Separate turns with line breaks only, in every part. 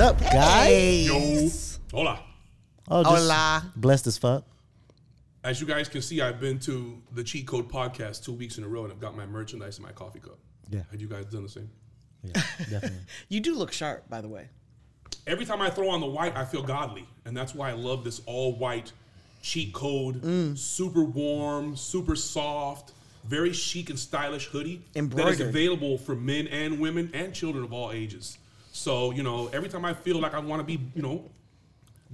up, guys?
Hola.
Oh, just
Hola.
Blessed as fuck.
As you guys can see, I've been to the Cheat Code podcast two weeks in a row and I've got my merchandise in my coffee cup.
Yeah.
Had you guys done the same?
Yeah, definitely.
You do look sharp, by the way.
Every time I throw on the white, I feel godly. And that's why I love this all white cheat code, super warm, super soft, very chic and stylish hoodie that is
Embroidered.
available for men and women and children of all ages. So, you know, every time I feel like I want to be, you know,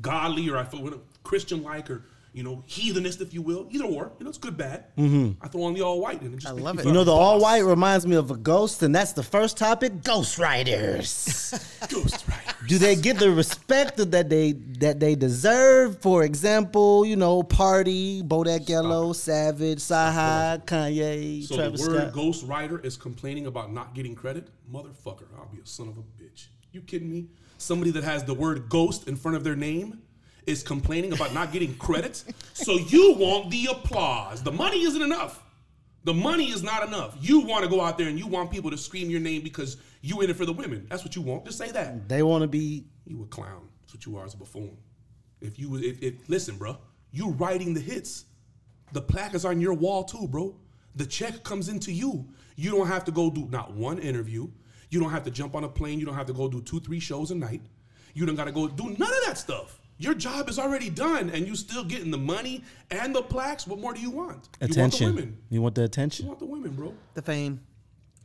godly or I feel Christian like or, you know, heathenist, if you will, either or, you know, it's good, bad.
Mm-hmm.
I throw on the all white and it just
I
makes
love
me
it.
feel
You know,
like
the
a
all
boss.
white reminds me of a ghost, and that's the first topic: Ghost Riders.
Ghost Rider.
Do they get the respect that they that they deserve? For example, you know, Party, Bodak Yellow, Savage, Saha, Kanye,
So
Travis
the word
Scott.
ghost writer is complaining about not getting credit? Motherfucker, I'll be a son of a bitch. You kidding me? Somebody that has the word ghost in front of their name is complaining about not getting credits? So you want the applause. The money isn't enough. The money is not enough. You want to go out there and you want people to scream your name because you in it for the women. That's what you want. Just say that.
they want to be.
You a clown. That's what you are as a buffoon. If you if, if listen, bro, you writing the hits. The plaque is on your wall too, bro. The check comes into you. You don't have to go do not one interview. You don't have to jump on a plane. You don't have to go do two, three shows a night. You don't gotta go do none of that stuff. Your job is already done, and you still getting the money and the plaques. What more do you want? You
Attention.
want the women.
You want the
You
attention.
want the women, bro. You
The fame.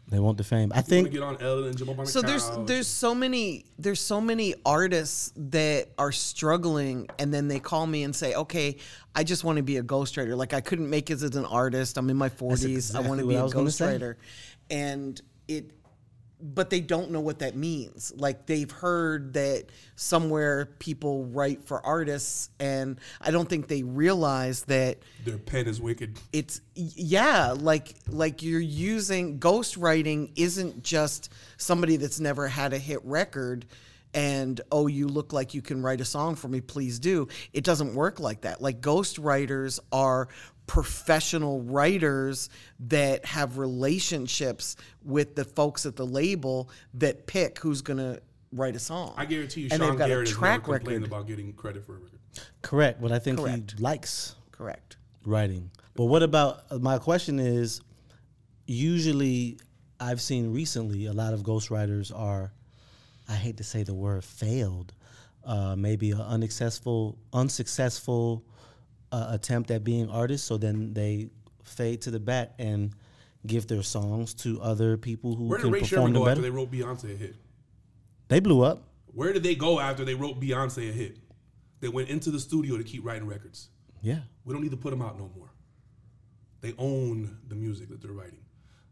They want the fame. I
want to
think
get on Ellen and jump on the
So there's
couch.
there's so many there's so many artists that are struggling and then they call me and say, "Okay, I just want to be a ghostwriter. Like I couldn't make it as an artist. I'm in my 40s. I want
exactly
to
what
be
I
a
was gonna say.
ghostwriter." And it but they don't know what that means. Like they've heard that somewhere people write for artists and I don't think they realize that
their pen is wicked.
it's y- yeah like like you're using ghostwriting isn't just somebody that's never had a hit record and oh you look like you can write a song for me please do it doesn't work like that like ghostwriters are professional writers that have relationships with the folks at the label that pick who's going to write a song
I guarantee you,
and
Sean
they've got
Garrett
a
is never
track
complaining
record
about getting credit for a record.
correct. What I think
Correct.
he likes
correct
writing. But what about uh, my question is usually I've seen recently a lot of ghostwriters are I hate to say the word failed. Uh, maybe an unsuccessful unsuccessful uh, attempt at being artists so then they fade to the back and give their songs to other people who
Where did
can
Ray
perform
Sherman
them
go
better.
after they wrote Beyonce a hit?
they blew up.
Where did they go after they wrote Beyonce a hit? They went into the studio to keep writing records.
Yeah.
We don't need to put them out no more. They own the music that they're writing.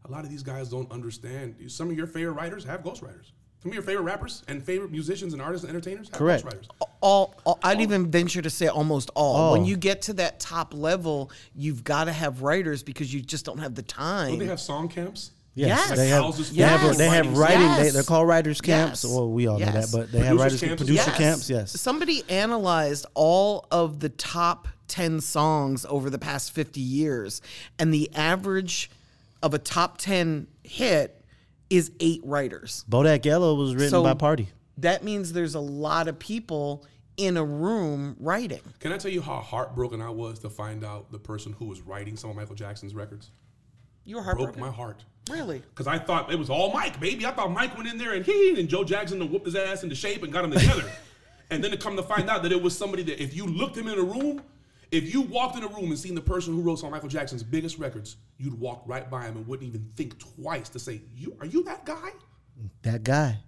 A lot of these guys don't understand. Some of your favorite writers have ghostwriters. Some of your favorite rappers and favorite musicians and artists and entertainers have
Correct.
ghostwriters.
all, all I'd even venture to say almost all. When
All.
you get to that top level, you've got to have writers because you just don't have the time.
Don't they have song camps?
Yes,
Yes.
they have.
Houses
They have.
full
They
of
have
writing
writing. They,
Yes.
they're called writers camps.
Yes.
Well, we all know that,
Yes.
but they have
Producers
writers
camps as
producer
well.
camps. Yes.
Somebody analyzed all of the top 10 songs over the past 50 years, and the average of a top 10 hit is eight writers.
Bodak Yellow was written
So
by Party.
That means there's a lot of people in a room writing.
Can I tell you how heartbroken I was to find out the person who was writing some of Michael Jackson's records?
You were
Broke
heartbroken.
my heart.
Really?
Because I thought it was all Mike, baby. I thought Mike went in there and he and Joe Jackson to whoop his ass into shape and got him together. and then to come to find out that it was somebody that if you looked him in a room, if you walked in a room and seen the person who wrote some of Michael Jackson's biggest records, you'd walk right by him and wouldn't even think twice to say, "You are you that guy?"
That guy.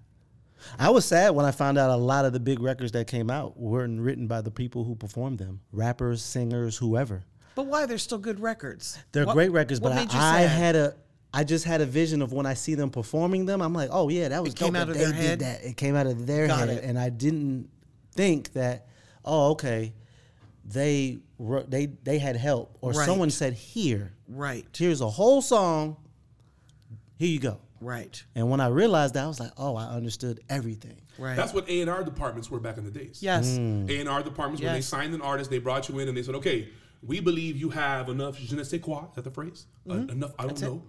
I was sad when I found out a lot of the big records that came out weren't written by the people who performed them rappers, singers, whoever.
But why? They're still good records.
They're
What-
great records,
what
but
made you
I, I
sad?
had a. I just had a vision of when I see them performing them. I'm like, oh yeah, that was
It came
dope
out
that
of
they
their
did
head?
that. It came out of their head,
Got it.
and I didn't think that. Oh, okay, they wrote, they they had help, or
Right.
someone said, here,
Right,
here's a whole song. Here you go.
right,
And when I realized that, I was like, oh, I understood everything.
right.
That's what A and R departments were back in the days.
yes.
Hmm.
A and R departments when they
Yes.
signed an artist, they brought you in and they
Mm-hmm.
said, "Okay, we believe you have enough je ne sais quoi." Is that the phrase? Uh, enough, I don't know.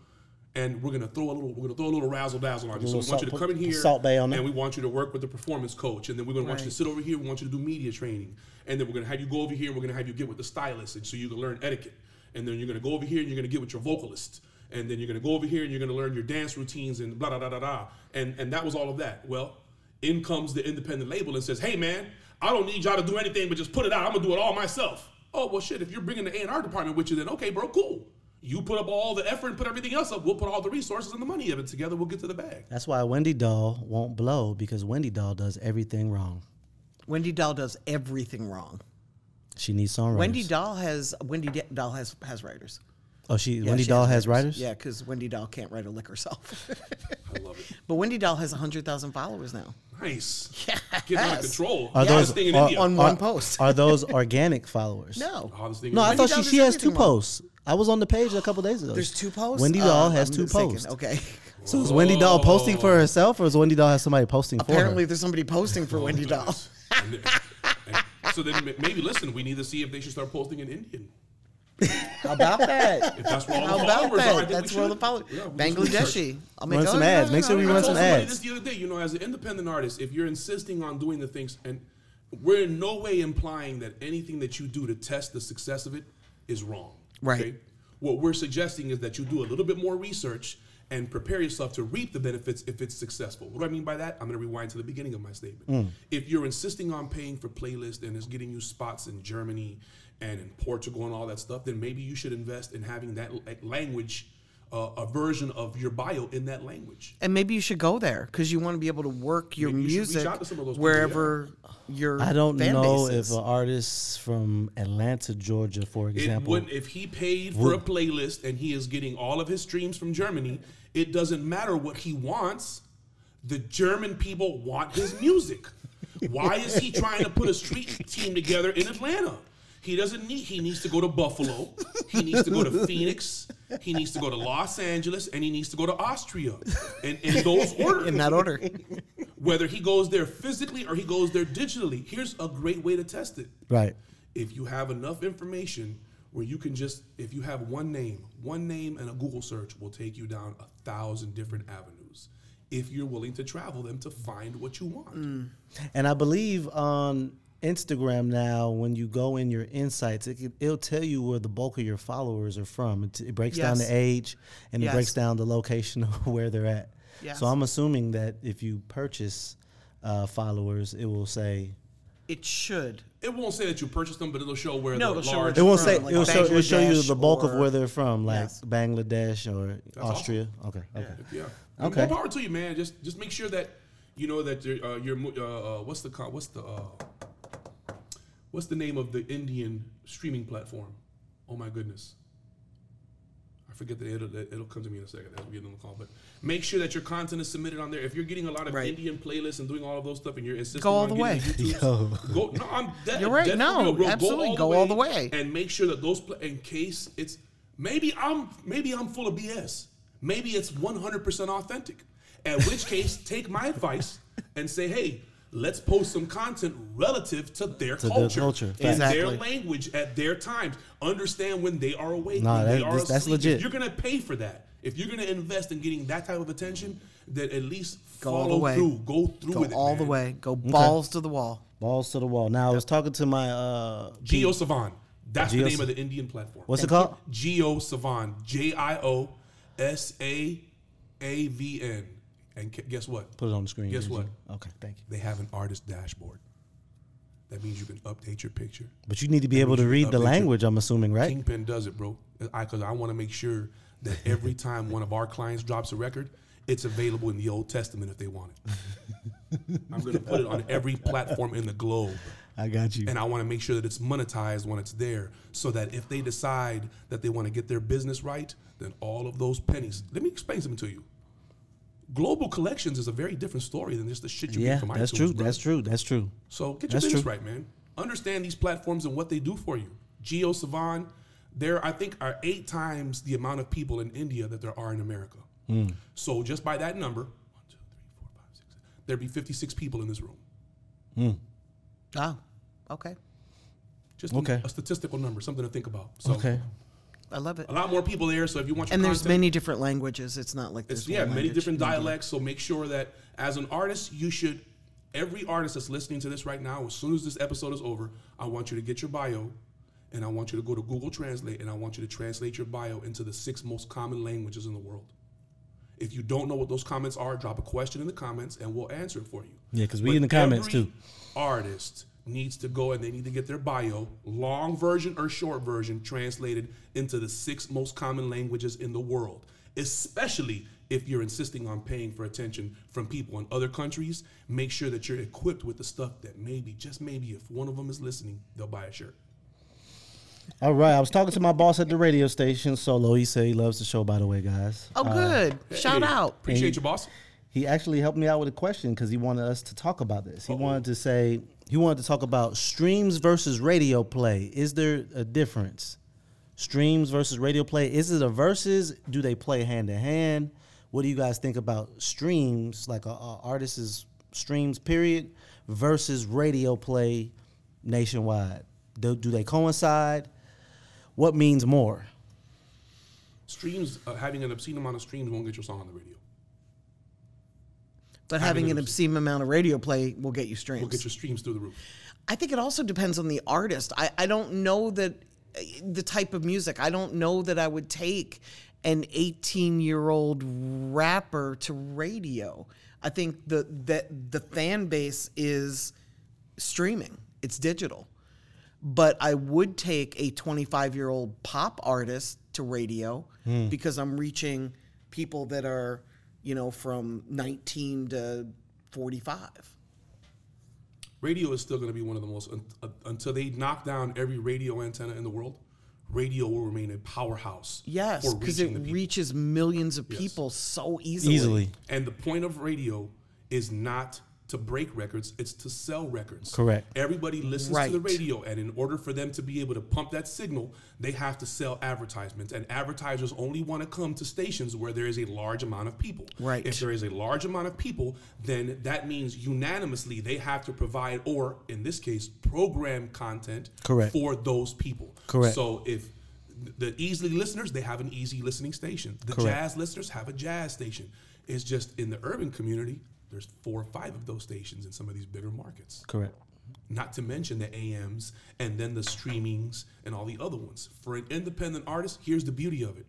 and we're gonna throw a little we're gonna throw a little razzle dazzle on you. So
little
we want you
salt-
to come in
put
here
salt bay on
and
it.
we want you to work with the performance coach, and then we're gonna want you to sit over here. We want you to do media training, and then we're gonna have you go over here. We're gonna have you get with the stylist, and so you can learn etiquette. And then you're gonna go over here and you're gonna get with your vocalist, and then you're gonna go over here and you're gonna learn your dance routines and blah blah blah blah. blah. And and that was all of that. Well, in comes the independent label and says, "Hey man, I don't need y'all to do anything but just put it out. I'm gonna do it all myself." Oh well, shit. If you're bringing the A&R department with you, then okay, bro, cool. You put up all the effort and put everything else up. We'll put all the resources and the money of it together. We'll get to the bag.
That's why Wendy Doll won't blow because Wendy Doll does everything wrong.
Wendy Dahl does everything wrong.
She needs songwriters.
Wendy Dahl has Wendy D- Dahl has has writers.
Oh, she
Yeah,
Wendy
she
Doll has writers.
Yeah, because Wendy Dahl can't write a lick herself.
I love it.
but Wendy Dahl has hundred thousand followers now.
Nice. Getting out of
Yes.
control.
Are
Hottest
those-
thing in
are-
India.
On one post.
Are those organic followers?
No.
Hottest thing
No,
in
I
India.
thought she,
Doll
she
does
has two
everything wrong.
posts. I was on the page a couple days ago.
There's two posts.
Wendy Doll
Uh,
has
I'm
two
mistaken.
posts.
Okay.
So is Wendy Doll posting for herself, or is Wendy Doll has somebody posting
Apparently,
for
there's somebody posting for Wendy Dahl.
Nice. And then- and so then ma- maybe listen, we need to see if they should start posting in Indian.
How about that?
If that's where all
How
the
about
followers are, I
that?
think
That's
we
where the
should.
followers.
Yeah, we should research.
Bangladeshi. I'll make Oh,
Run some ads. Make sure we
I
run
told
some
somebody
ads.
this the other day. You know, as an independent artist, if you're insisting on doing the things, and we're in no way implying that anything that you do to test the success of it is wrong.
Right.
What we're suggesting is that you do a little bit more research and prepare yourself to reap the benefits if it's successful. What do I mean by that? I'm going to rewind to the beginning of my statement.
Mm.
If you're insisting on paying for playlist and it's getting you spots in Germany and in Portugal and all that stuff, then maybe you should invest in having that like, language, uh, a version of your bio in that language.
And maybe you should go there because you want to be able to work your
Maybe you should reach
music
out to some of those people,
wherever your
her? I don't
fan
know
base is.
if an artist from Atlanta, Georgia, for
It
example,
wouldn't if he paid for a playlist and he is getting all of his streams from Germany. It doesn't matter what he wants. The German people want his music. Why is he trying to put a street team together in Atlanta? He doesn't need. He needs to go to Buffalo. He needs to go to Phoenix. He needs to go to Los Angeles, and he needs to go to Austria. And in those
uh,
orders,
in that order.
whether he goes there physically or he goes there digitally, here's a great way to test it
right?
if you have enough information where you can just if you have one name one name and a google search will take you down a thousand different avenues if you're willing to travel them to find what you want
Mm.
And I believe on Instagram now, when you go in your insights, it, could- it'll tell you where the bulk of your followers are from. It, it breaks down
Yes.
the age and
Yes.
it breaks down the location of where they're at.
Yes.
So I'm assuming that if you purchase uh, followers, it will say.
It should.
it won't say that you purchased them but it'll show where
No,
the
it'll show
large
It won't
From,
say.
like,
it'll, show, it'll show you
Bangladesh
the bulk of
or-
where they're from, like
Yes.
Bangladesh or Austria. Okay. Okay.
yeah And
Okay.
more power to you man just just make sure that you know that your uh, your mo- uh, uh, what's the co- what's the uh, what's the name of the indian streaming platform oh my goodness I forget that it'll, that- it'll come to me in a second as we get on the call. But make sure that your content is submitted on there. If you're getting a lot of
Right.
Indian playlists and doing all of those stuff, and you're insisting
Go all
on
the
getting
way.
YouTubes, go. No, I'm de-
You're right.
dead for
No,
real, bro.
absolutely. Go all the way.
and make sure that those. Pla- in case it's maybe I'm maybe I'm full of BS. Maybe it's 100% authentic. At which case, take my advice and say, hey. Let's post some content relative to their
their
culture,
culture.
in their
Exactly.
language, at their times. Understand when they are awake,
Nah,
when they
that-
are
this- that's
asleep. If
legit.
you're gonna pay for that. If you're gonna invest in getting that type of attention, then at least
Go all the
follow
way.
through. Go through
Go
with it.
all the
man.
way. Go balls to the wall.
Balls to the wall. Now I was talking to my. Uh,
Geo Savan. That's
Geo
the name
Sa-
of the Indian platform.
what's it called?
Geo Savan. J I O S A A V N. And ca- guess what?
Put it on the screen.
Guess
Gigi.
what?
Okay. Thank you.
They have an artist dashboard. That means you can update your picture.
But you need to be able to read the
update your-
language. I'm assuming, right?
Kingpin does it, bro. I because I want to make sure that every time one of our clients drops a record, it's available in the Old Testament if they want it. I'm gonna put it on every platform in the globe.
I got you.
And I want to make sure that it's monetized when it's there, so that if they decide that they want to get their business right, then all of those pennies. Let me explain something to you. Global collections is a very different story than just the shit you
Yeah,
get from iTunes.
that's true.
bro.
That's true. That's true.
So get your
That's
business
true.
right, man. Understand these platforms and what they do for you. Geo Savan, there I think are eight times the amount of people in India that there are in America.
Hmm.
So just by that number, one, two, three, four, five, six, seven, there'd be 56 people in this room.
Oh, okay.
Just
Okay.
Ah,
a statistical number, something to think about. So
Okay.
I love it.
A lot more people there, so if you want your
And there's
content-
many different languages. It's not like
It's,
there's
yeah,
one
many
language.
different dialects. So make sure that as an artist, you should. Every artist that's listening to this right now, as soon as this episode is over, I want you to get your bio, and I want you to go to Google Translate, and I want you to translate your bio into the six most common languages in the world. If you don't know what those comments are, drop a question in the comments, and we'll answer it for you.
Yeah, 'cause we
But
in the comments,
every
too.
Artist needs to go and they need to get their bio, long version or short version, translated into the six most common languages in the world, especially if you're insisting on paying for attention from people in other countries. Make sure that you're equipped with the stuff that maybe, just maybe, if one of them is listening, they'll buy a shirt.
All right, I was talking to my boss at the radio station, Solo. He said he loves the show. By the way, guys,
Oh, good. Shout
Hey,
out.
Appreciate you, boss.
he actually helped me out with a question because he wanted us to talk about this. He wanted to say he wanted to talk about streams versus radio play. Is there a difference? Streams versus radio play. Is it a versus? Do they play hand in hand? What do you guys think about streams, like a, a artist's streams, period, versus radio play nationwide? Do, do they coincide? What means more?
Streams, uh, having an obscene amount of streams won't get your song on the radio.
But
having
having an
an
obscene amount of radio play will get you streams.
We'll get your streams through the roof.
I think it also depends on the artist. I, I don't know that the type of music. I don't know that I would take an 18 year old rapper to radio. I think the that the fan base is streaming. It's digital. But I would take a 25 year old pop artist to radio because I'm reaching people that are, you know, from 19 to 45.
radio is still going to be one of the most un- uh, until they knock down every radio antenna in the world radio will remain a powerhouse
Yes,
for
because
reaching
it
the people
reaches millions of people so easily.
and the point of radio is not to break records it's to sell records
Correct.
everybody listens to the
Right.
radio and in order for them to be able to pump that signal they have to sell advertisements and advertisers only want to come to stations where there is a large amount of people
Right.
if there is a large amount of people then that means unanimously they have to provide or in this case program content
Correct.
for those people
Correct.
so if the easily listeners they have an easy listening station the
Correct.
jazz listeners have a jazz station it's just in the urban community there's four or five of those stations in some of these bigger markets
Correct.
not to mention the AMs and then the streamings and all the other ones. For an independent artist, here's the beauty of it.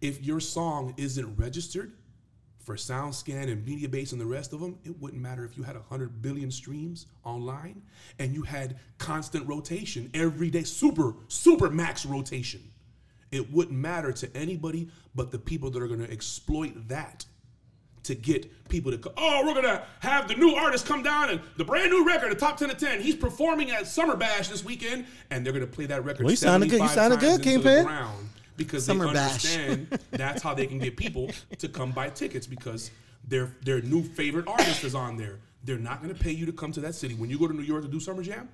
If your song isn't registered for SoundScan and MediaBase and the rest of them, it wouldn't matter if you had 100 billion streams online and you had constant rotation every day, super, super max rotation. It wouldn't matter to anybody but the people that are going to exploit that to get people to go, oh, we're gonna have the new artist come down and the brand new record, the top ten of ten. He's performing at Summer Bash this weekend, and they're gonna play that record.
Well, you sounded good- you
75
sounded
times
good,
into the
Kingpin.
ground Because
Summer
they
Bash.
understand that's how they can get people to come buy tickets because their their new favorite artist is on there. They're not gonna pay you to come to that city when you go to New York to do Summer Jam.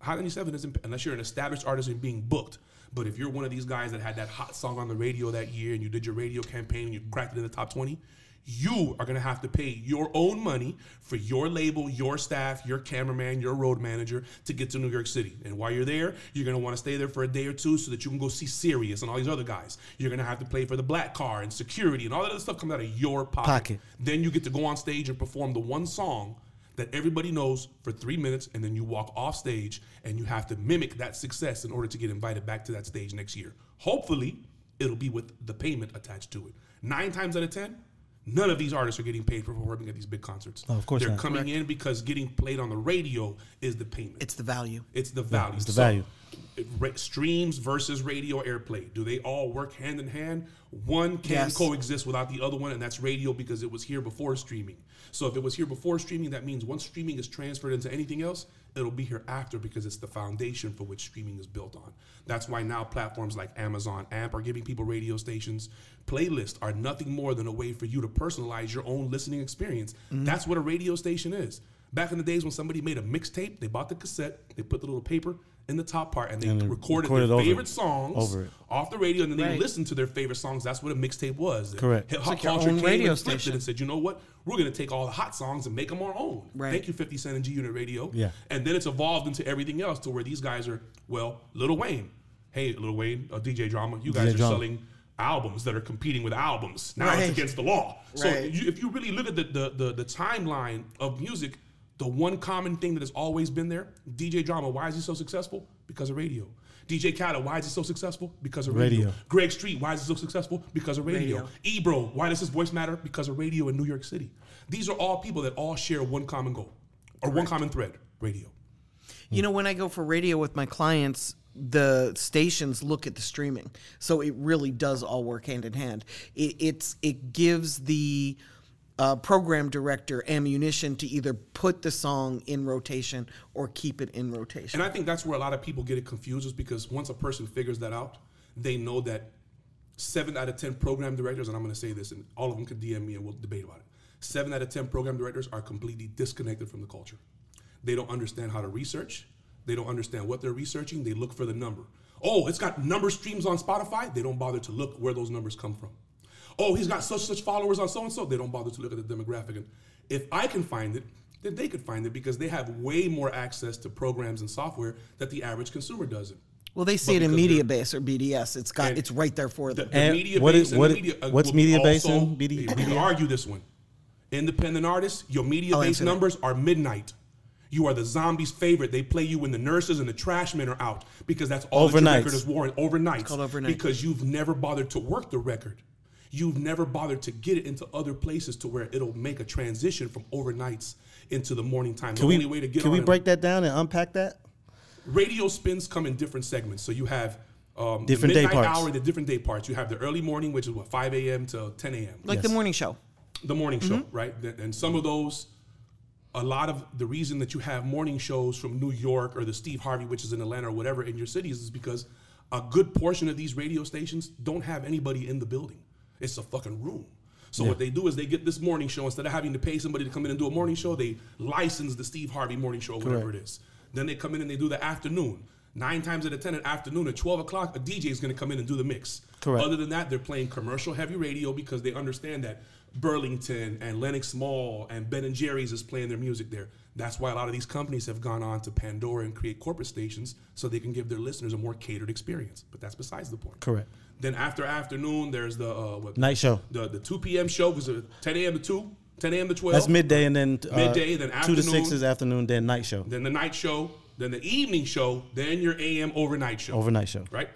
Hot 97 isn't unless you're an established artist and being booked. But if you're one of these guys that had that hot song on the radio that year and you did your radio campaign and you cracked it in the top 20, you are going to have to pay your own money for your label, your staff, your cameraman, your road manager to get to New York City. And while you're there, you're going to want to stay there for a day or two so that you can go see Sirius and all these other guys. You're going to have to play for the black car and security and all that other stuff comes out of your pocket.
Pocket.
Then you get to go on stage and perform the one song that everybody knows for three minutes, and then you walk off stage and you have to mimic that success in order to get invited back to that stage next year. Hopefully, it'll be with the payment attached to it. Nine times out of ten, none of these artists are getting paid for performing at these big concerts.
Oh, of course
they're
not.
coming in because getting played on the radio is the payment.
It's the value.
It's the value.
it's the value.
it- ra- streams versus radio airplay. Do they all work hand in hand? One can
Yes.
coexist without the other one, and that's radio because it was here before streaming. So if it was here before streaming, that means once streaming is transferred into anything else, it'll be here after because it's the foundation for which streaming is built on. That's why now platforms like Amazon Amp are giving people radio stations. Playlists are nothing more than a way for you to personalize your own listening experience.
Mm-hmm.
That's what a radio station is. Back in the days when somebody made a mixtape, they bought the cassette, they put the little paper in the top part, and they
And they
recorded,
recorded
their
over it.
favorite songs
Over it.
off the radio, and then they
Right.
listened to their favorite songs. That's what a mixtape was.
Correct.
Hip
It's
hop
like your
culture
own
came
radio
and flipped it
station.
and said, you know what? We're gonna take all the hot songs and make them our own.
Right.
Thank you, 50 Cent and G Unit Radio.
Yeah.
And then it's evolved into everything else to where these guys are, well, Lil Wayne. hey, Lil Wayne, uh, DJ Drama, you guys
DJ
are
Drama.
selling albums that are competing with albums. Now
Right.
it's against the law. So
Right.
you, if you really look at the, the, the, the timeline of music, the one common thing that has always been there, DJ Drama, why is he so successful? Because of radio. DJ Khaled, why is he so successful? Because of radio.
Radio.
Greg Street, why is he so successful? Because of radio.
Radio.
Ebro, why does his voice matter? Because of radio in New York City. These are all people that all share one common goal or one common thread, radio.
You know, when I go for radio with my clients, the stations look at the streaming, so it really does all work hand in hand. It, it's it gives the uh, program director ammunition to either put the song in rotation or keep it in rotation.
And I think that's where a lot of people get it confused is because once a person figures that out, they know that seven out of 10 program directors, and I'm going to say this, and all of them could DM me and we'll debate about it. Seven out of 10 program directors are completely disconnected from the culture. They don't understand how to research. They don't understand what they're researching. They look for the number. Oh, it's got number streams on Spotify. They don't bother to look where those numbers come from. Oh, he's got such such followers on so and so. They don't bother to look at the demographic. And if I can find it, then they could find it because they have way more access to programs and software that the average consumer doesn't.
well, they see it
But
in
because they're-
media base or BDS. It's got
And
it's right there for
The,
them.
the
And
media
what
base
is-
and
what-
the media. uh,
what's
will
media
also-
base in BD?
We can argue this one. Independent artists, your media
I'll
base
answer that.
numbers are midnight. You are the zombies' favorite. They play you when the nurses and the trash men are out because that's all that your
Overnights.
record is warrant overnight.
called overnight.
Because you've never bothered to work the record. You've never bothered to get it into other places to where it'll make a transition from overnights into the morning time.
Can
the
we
only way to get
can
on
we
it-
break that down and unpack that?
radio spins come in different segments. So you have um, the
Different day
midnight
parts.
hour, the different day parts. You have the early morning, which is what five a.m. to ten a.m.
like the morning show.
the morning show,
Mm-hmm.
right? Th- And some of those, a lot of the reason that you have morning shows from New York or the Steve Harvey, which is in Atlanta or whatever, in your cities, is because a good portion of these radio stations don't have anybody in the building. It's a fucking room. So what they do is they get this morning show instead of having to pay somebody to come in and do a morning show, they license the Steve Harvey morning show, whatever it is. Then they come in and they do the afternoon. Nine times out of ten, at afternoon at twelve o'clock, a DJ is going to come in and do the mix.
Correct.
Other than that, they're playing commercial heavy radio because they understand that Burlington and Lennox Mall and Ben and Jerry's is playing their music there. That's why a lot of these companies have gone on to Pandora and create corporate stations so they can give their listeners a more catered experience. But that's besides the point.
Correct.
Then after afternoon, there's the uh, what,
Night show.
the the two p.m. show because 10 a.m. to two, 10 a.m. to twelve.
That's midday and then uh,
Midday, then
two to six
afternoon.
is afternoon, then night show,
Then the night show. Then the evening show. Then your a.m. overnight show.
overnight show.
right?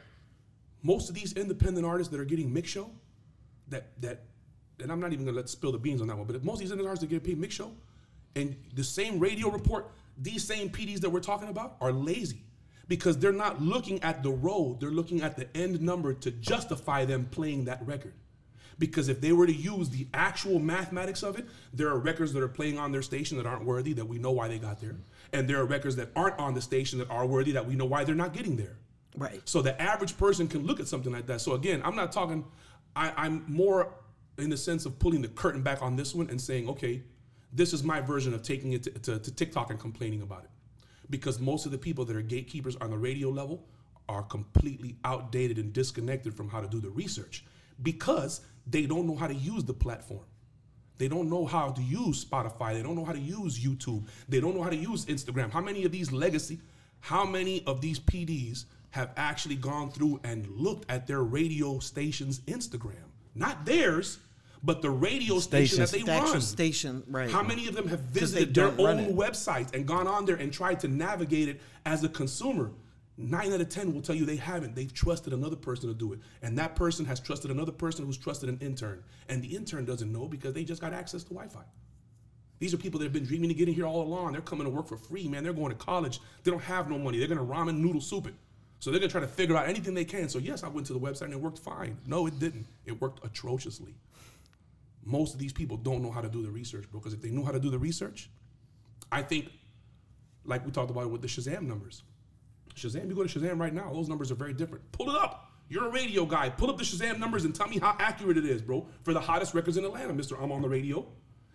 Most of these independent artists that are getting mix show, that that, and I'm not even gonna let spill the beans on that one, but most of these independent artists that get paid mix show, and the same radio report, these same PDs that we're talking about are lazy because they're not looking at the road, they're looking at the end number to justify them playing that record. Because if they were to use the actual mathematics of it, there are records that are playing on their station that aren't worthy that we know why they got there. And there are records that aren't on the station that are worthy that we know why they're not getting there.
Right.
So the average person can look at something like that. So again, I'm not talking. I, I'm more in the sense of pulling the curtain back on this one and saying, okay, this is my version of taking it to, to, to TikTok and complaining about it, because most of the people that are gatekeepers on the radio level are completely outdated and disconnected from how to do the research because they don't know how to use the platform. They don't know how to use Spotify. They don't know how to use YouTube. They don't know how to use Instagram. How many of these legacy, how many of these PDs have actually gone through and looked at their radio station's Instagram? Not theirs, but the radio station that they
The actual
run.
station, right?
How many of them have
they
visited their
don't run
own
it.
websites and gone on there and tried to navigate it as a consumer? Nine out of 10 will tell you they haven't. They've trusted another person to do it. And that person has trusted another person who's trusted an intern. And the intern doesn't know because they just got access to Wi Fi. These are people that have been dreaming of getting here all along. They're coming to work for free, man. They're going to college. They don't have no money. They're going to ramen noodle soup it. So they're going to try to figure out anything they can. So, yes, I went to the website and it worked fine. No, it didn't. It worked atrociously most of these people don't know how to do the research because if they knew how to do the research, I think, like we talked about with the Shazam numbers, Shazam, you go to Shazam right now, those numbers are very different. Pull it up. You're a radio guy. Pull up the Shazam numbers and tell me how accurate it is, bro, for the hottest records in Atlanta, Mister. I'm on the radio.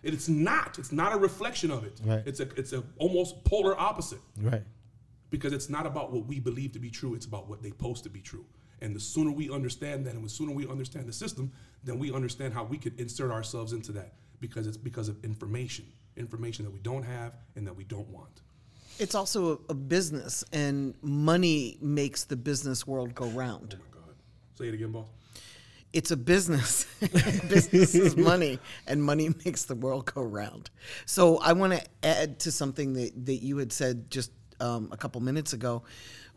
And It's not. It's not a reflection of it.
Right.
It's a. It's a almost polar opposite
Right.
because it's not about what we believe to be true, it's about what they post to be true. And the sooner we understand that, and the sooner we understand the system, then we understand how we could insert ourselves into that because it's because of information, information that we don't have and that we don't want.
It's also a, a business, and money makes the business world go round.
Oh my God. Say it again, boss.
it's a business. business is money, and money makes the world go round. So I want to add to something that, that you had said just um, a couple minutes ago.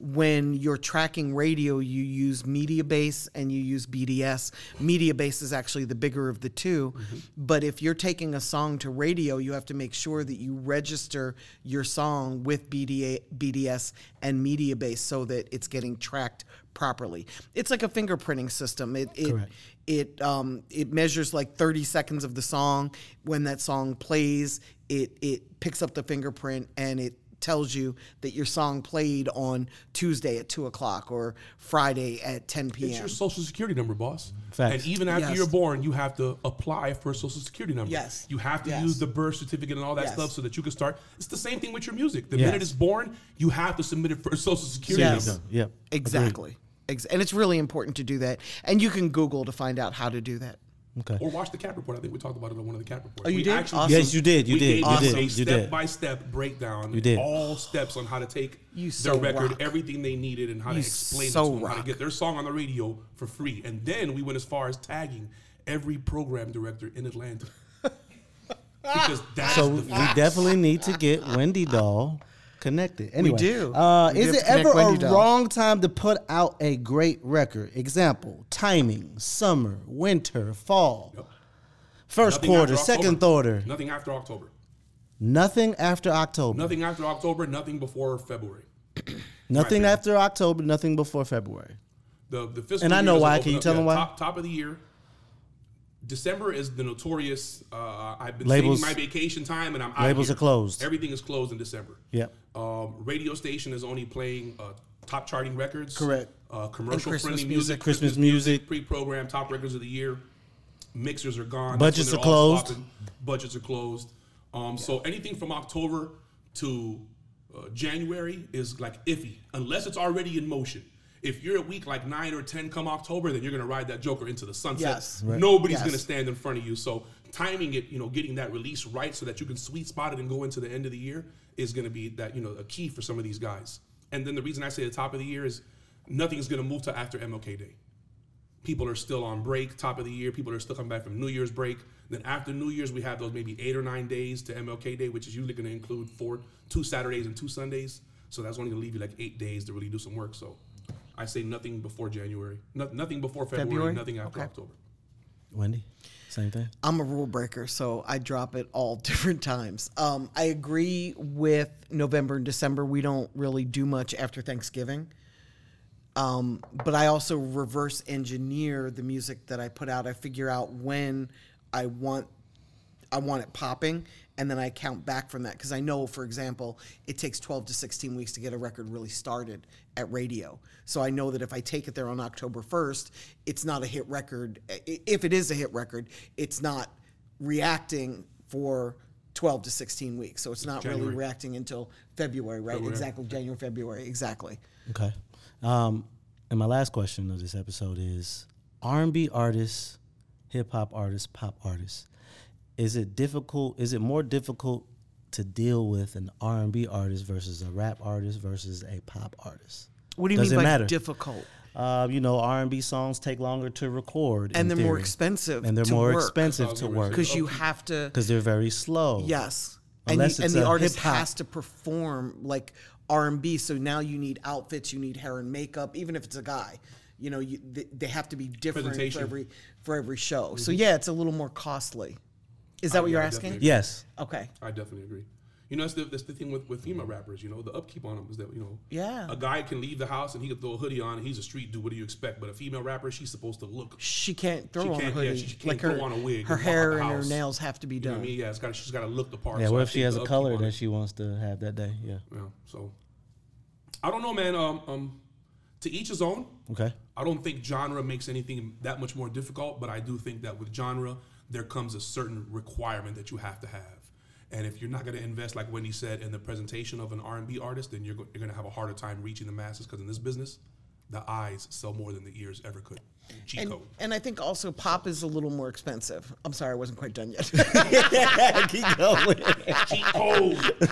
When you're tracking radio, you use media base and you use BDS. Media base is actually the bigger of the 2 But if you're taking a song to radio, you have to make sure that you register your song with BDA, BDS and media base so that it's getting tracked properly. It's like a fingerprinting system. It it
Correct.
it um it measures like 30 seconds of the song. When that song plays, it it picks up the fingerprint and it tells you that your song played on Tuesday at two o'clock or Friday at 10 p.m.
It's your social security number, boss.
Facts.
And even after
Yes.
you're born, you have to apply for a social security number.
Yes.
You have to
Yes.
use the birth certificate and all that
Yes.
stuff so that you can start. It's the same thing with your music. The
Yes.
minute it's born, you have to submit it for a social security
Yes.
number.
Yep.
Exactly. Ex- and it's really important to do that. And you can Google to find out how to do that.
Okay.
Or watch the CAP report. I think we talked about it on one of the CAP reports.
Oh, you
we
did? Awesome.
Yes, you did. You
we
did. You
gave
did.
them a
You
step
did.
by step breakdown.
You did.
All steps on how to take
You
their
so
record,
rock.
everything they needed, and how
You
to explain
so
it to them, how to
rock.
get their song on the radio for free. And then we went as far as tagging every program director in Atlanta. because that's
So
the
we definitely need to get Wendy Doll connected. Anyway,
do.
Uh,
We
is
do
it
have to
ever
connect
a
Wendy Doll.
wrong time to put out a great record? Example: timing, summer, winter, fall,
Nope.
first
Nothing
quarter,
after
second
October.
quarter.
Nothing after October.
Nothing after October. Nothing,
Nothing after October. Nothing before February. Right.
after October. Nothing before February.
The the fiscal
And I
year
know
doesn't
why.
open
Can you
up-
tell
yeah,
them why?
Top, top of the year. December is the notorious. Uh, I've been
Labels-
saving my vacation time, and I'm out
Labels
here.
are closed.
Everything is closed in December.
Yep.
Um, radio station is only playing uh, top charting records.
Correct.
Uh, commercial
Christmas
friendly music,
music.
Christmas music.
pre-programmed top records of the year. Mixers are gone.
Budgets
That's when
are
they're all
closed.
flopping. Budgets are closed. Um, So anything from October to uh, January is like iffy, unless it's already in motion. If you're at week like nine or ten come October, then you're gonna ride that joker into the sunset.
Yes. Right.
Nobody's
Yes.
gonna stand in front of you. So timing it, you know, getting that release right so that you can sweet spot it and go into the end of the year is gonna be that you know a key for some of these guys. And then the reason I say the top of the year is nothing's gonna move to after MLK Day people are still on break, top of the year, people are still coming back from New Year's break. Then after New Year's, we have those maybe eight or nine days to MLK Day, which is usually going to include four, two Saturdays and two Sundays. So that's only going to leave you like eight days to really do some work. So I say nothing before January, no, nothing before February,
February?
nothing after
Okay.
October.
Wendy, same thing.
I'm a rule breaker, so I drop it all different times. Um, I agree with November and December. We don't really do much after Thanksgiving. Um, but I also reverse engineer the music that I put out. I figure out when I want I want it popping, and then I count back from that because I know, for example, it takes 12 to 16 weeks to get a record really started at radio. So I know that if I take it there on October 1st, it's not a hit record. I- If it is a hit record, it's not reacting for 12 to 16 weeks. So it's not really
January.
reacting until February, right? Exactly, January, February, exactly.
Okay. Um, and my last question of this episode is: R and B artists, hip hop artists, pop artists. Is it difficult? Is it more difficult to deal with an R and B artist versus a rap artist versus a pop artist?
What do you
Does
mean
it
by
matter?
difficult?
Uh, you know, R and B songs take longer to record, in
And they're more
theory.
expensive
and they're
to
more
work.
expensive to
Because
work
Because you have to.
because they're very slow.
Yes,
Unless
and, you,
it's
and the
a
artist
hip-hop.
has to perform like R and B. So now you need outfits, you need hair and makeup, even if it's a guy. You know, you, they, they have to be different for
Presentation. Mm-hmm.
every for every show. So yeah, it's a little more costly. Is that what
Oh, yeah,
you're
I
asking?
definitely
Yes.
Okay.
I definitely agree. You know, that's the, that's the thing with, with female rappers, you know, the upkeep on them is that, you know,
Yeah.
a guy can leave the house and he could throw a hoodie on and he's a street dude. What do you expect? But a female rapper, she's supposed to look
She can't throw
She
on a
can't- yeah,
hoodie.
she can't
like
throw
her,
on a wig
her
and walk out
hair
the
and her
house.
nails have to be
You know
done.
what I mean? Yeah, it's got she's got to look the part.
Yeah.
So
what
I
if she
think
has
the
a
upkeep
color
on
that
it-
she wants to have that day? Yeah.
Yeah, so I don't know, man. Um, um, to each his own.
Okay.
I don't think genre makes anything that much more difficult, but I do think that with genre there comes a certain requirement that you have to have. And if you're not going to invest, like Wendy said, in the presentation of an R&B artist, then you're, go- you're going to have a harder time reaching the masses. Because in this business, the eyes sell more than the ears ever could. Cheat
And,
code.
and I think also pop is a little more expensive. I'm sorry, I wasn't quite done yet.
Keep going.
Cheat code.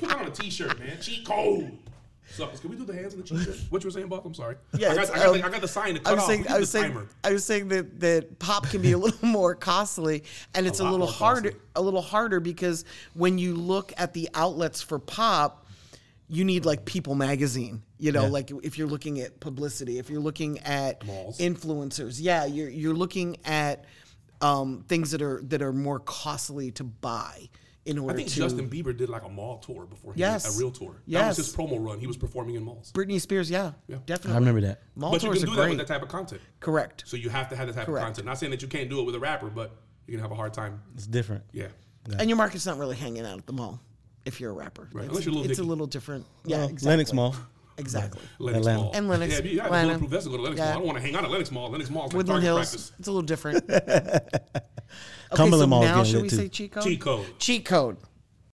Put on on a t-shirt, man. Cheat code. Suckers. Can we do the hands on the t-shirt? What you were saying, Bob? I'm sorry. I got,
it's,
I got, the,
um,
I got the sign to
I
cut
was
off.
saying,
We
I
did
was
the
saying,
timer.
I was saying that that pop can be a little more costly, and it's a,
lot
little
more
harder,
costly.
a little harder because when you look at the outlets for pop, you need like People Magazine, you know, like if you're looking at publicity, if you're looking at
Malls.
influencers, yeah, you're you're looking at um, things that are that are more costly to buy in order
I think
to.
Justin Bieber did like a mall tour before he
Yes.
did a real tour.
Yes.
That was his promo run. He was performing in malls.
Britney Spears, yeah, definitely.
I remember that.
Mall
but you
tours
can do
are
that with
great.
that type of content.
Correct.
So you have to have that type
Correct.
of content. Not saying that you can't do it with a rapper, but you're gonna have a hard time.
It's different.
Yeah.
And your market's not really hanging out at the mall if you're a rapper.
Right,
It's,
unless you're Lil
it's a
Dicky.
little different. Yeah,
Well,
exactly.
Uh, Lennox Mall.
Exactly.
Lennox
Atlanta.
Mall.
And Lennox-
Yeah, if you have
Atlanta.
a bulletproof vest to go to Lennox
Yeah.
Mall. I don't want to hang out at Lennox Mall. Lennox Mall is like target
Woodland Hills.
practice.
It's a little different. okay,
Cumberland
so
Mall's
now
getting
should
lit
we
too.
say cheat code?
Cheat code.
Cheat code.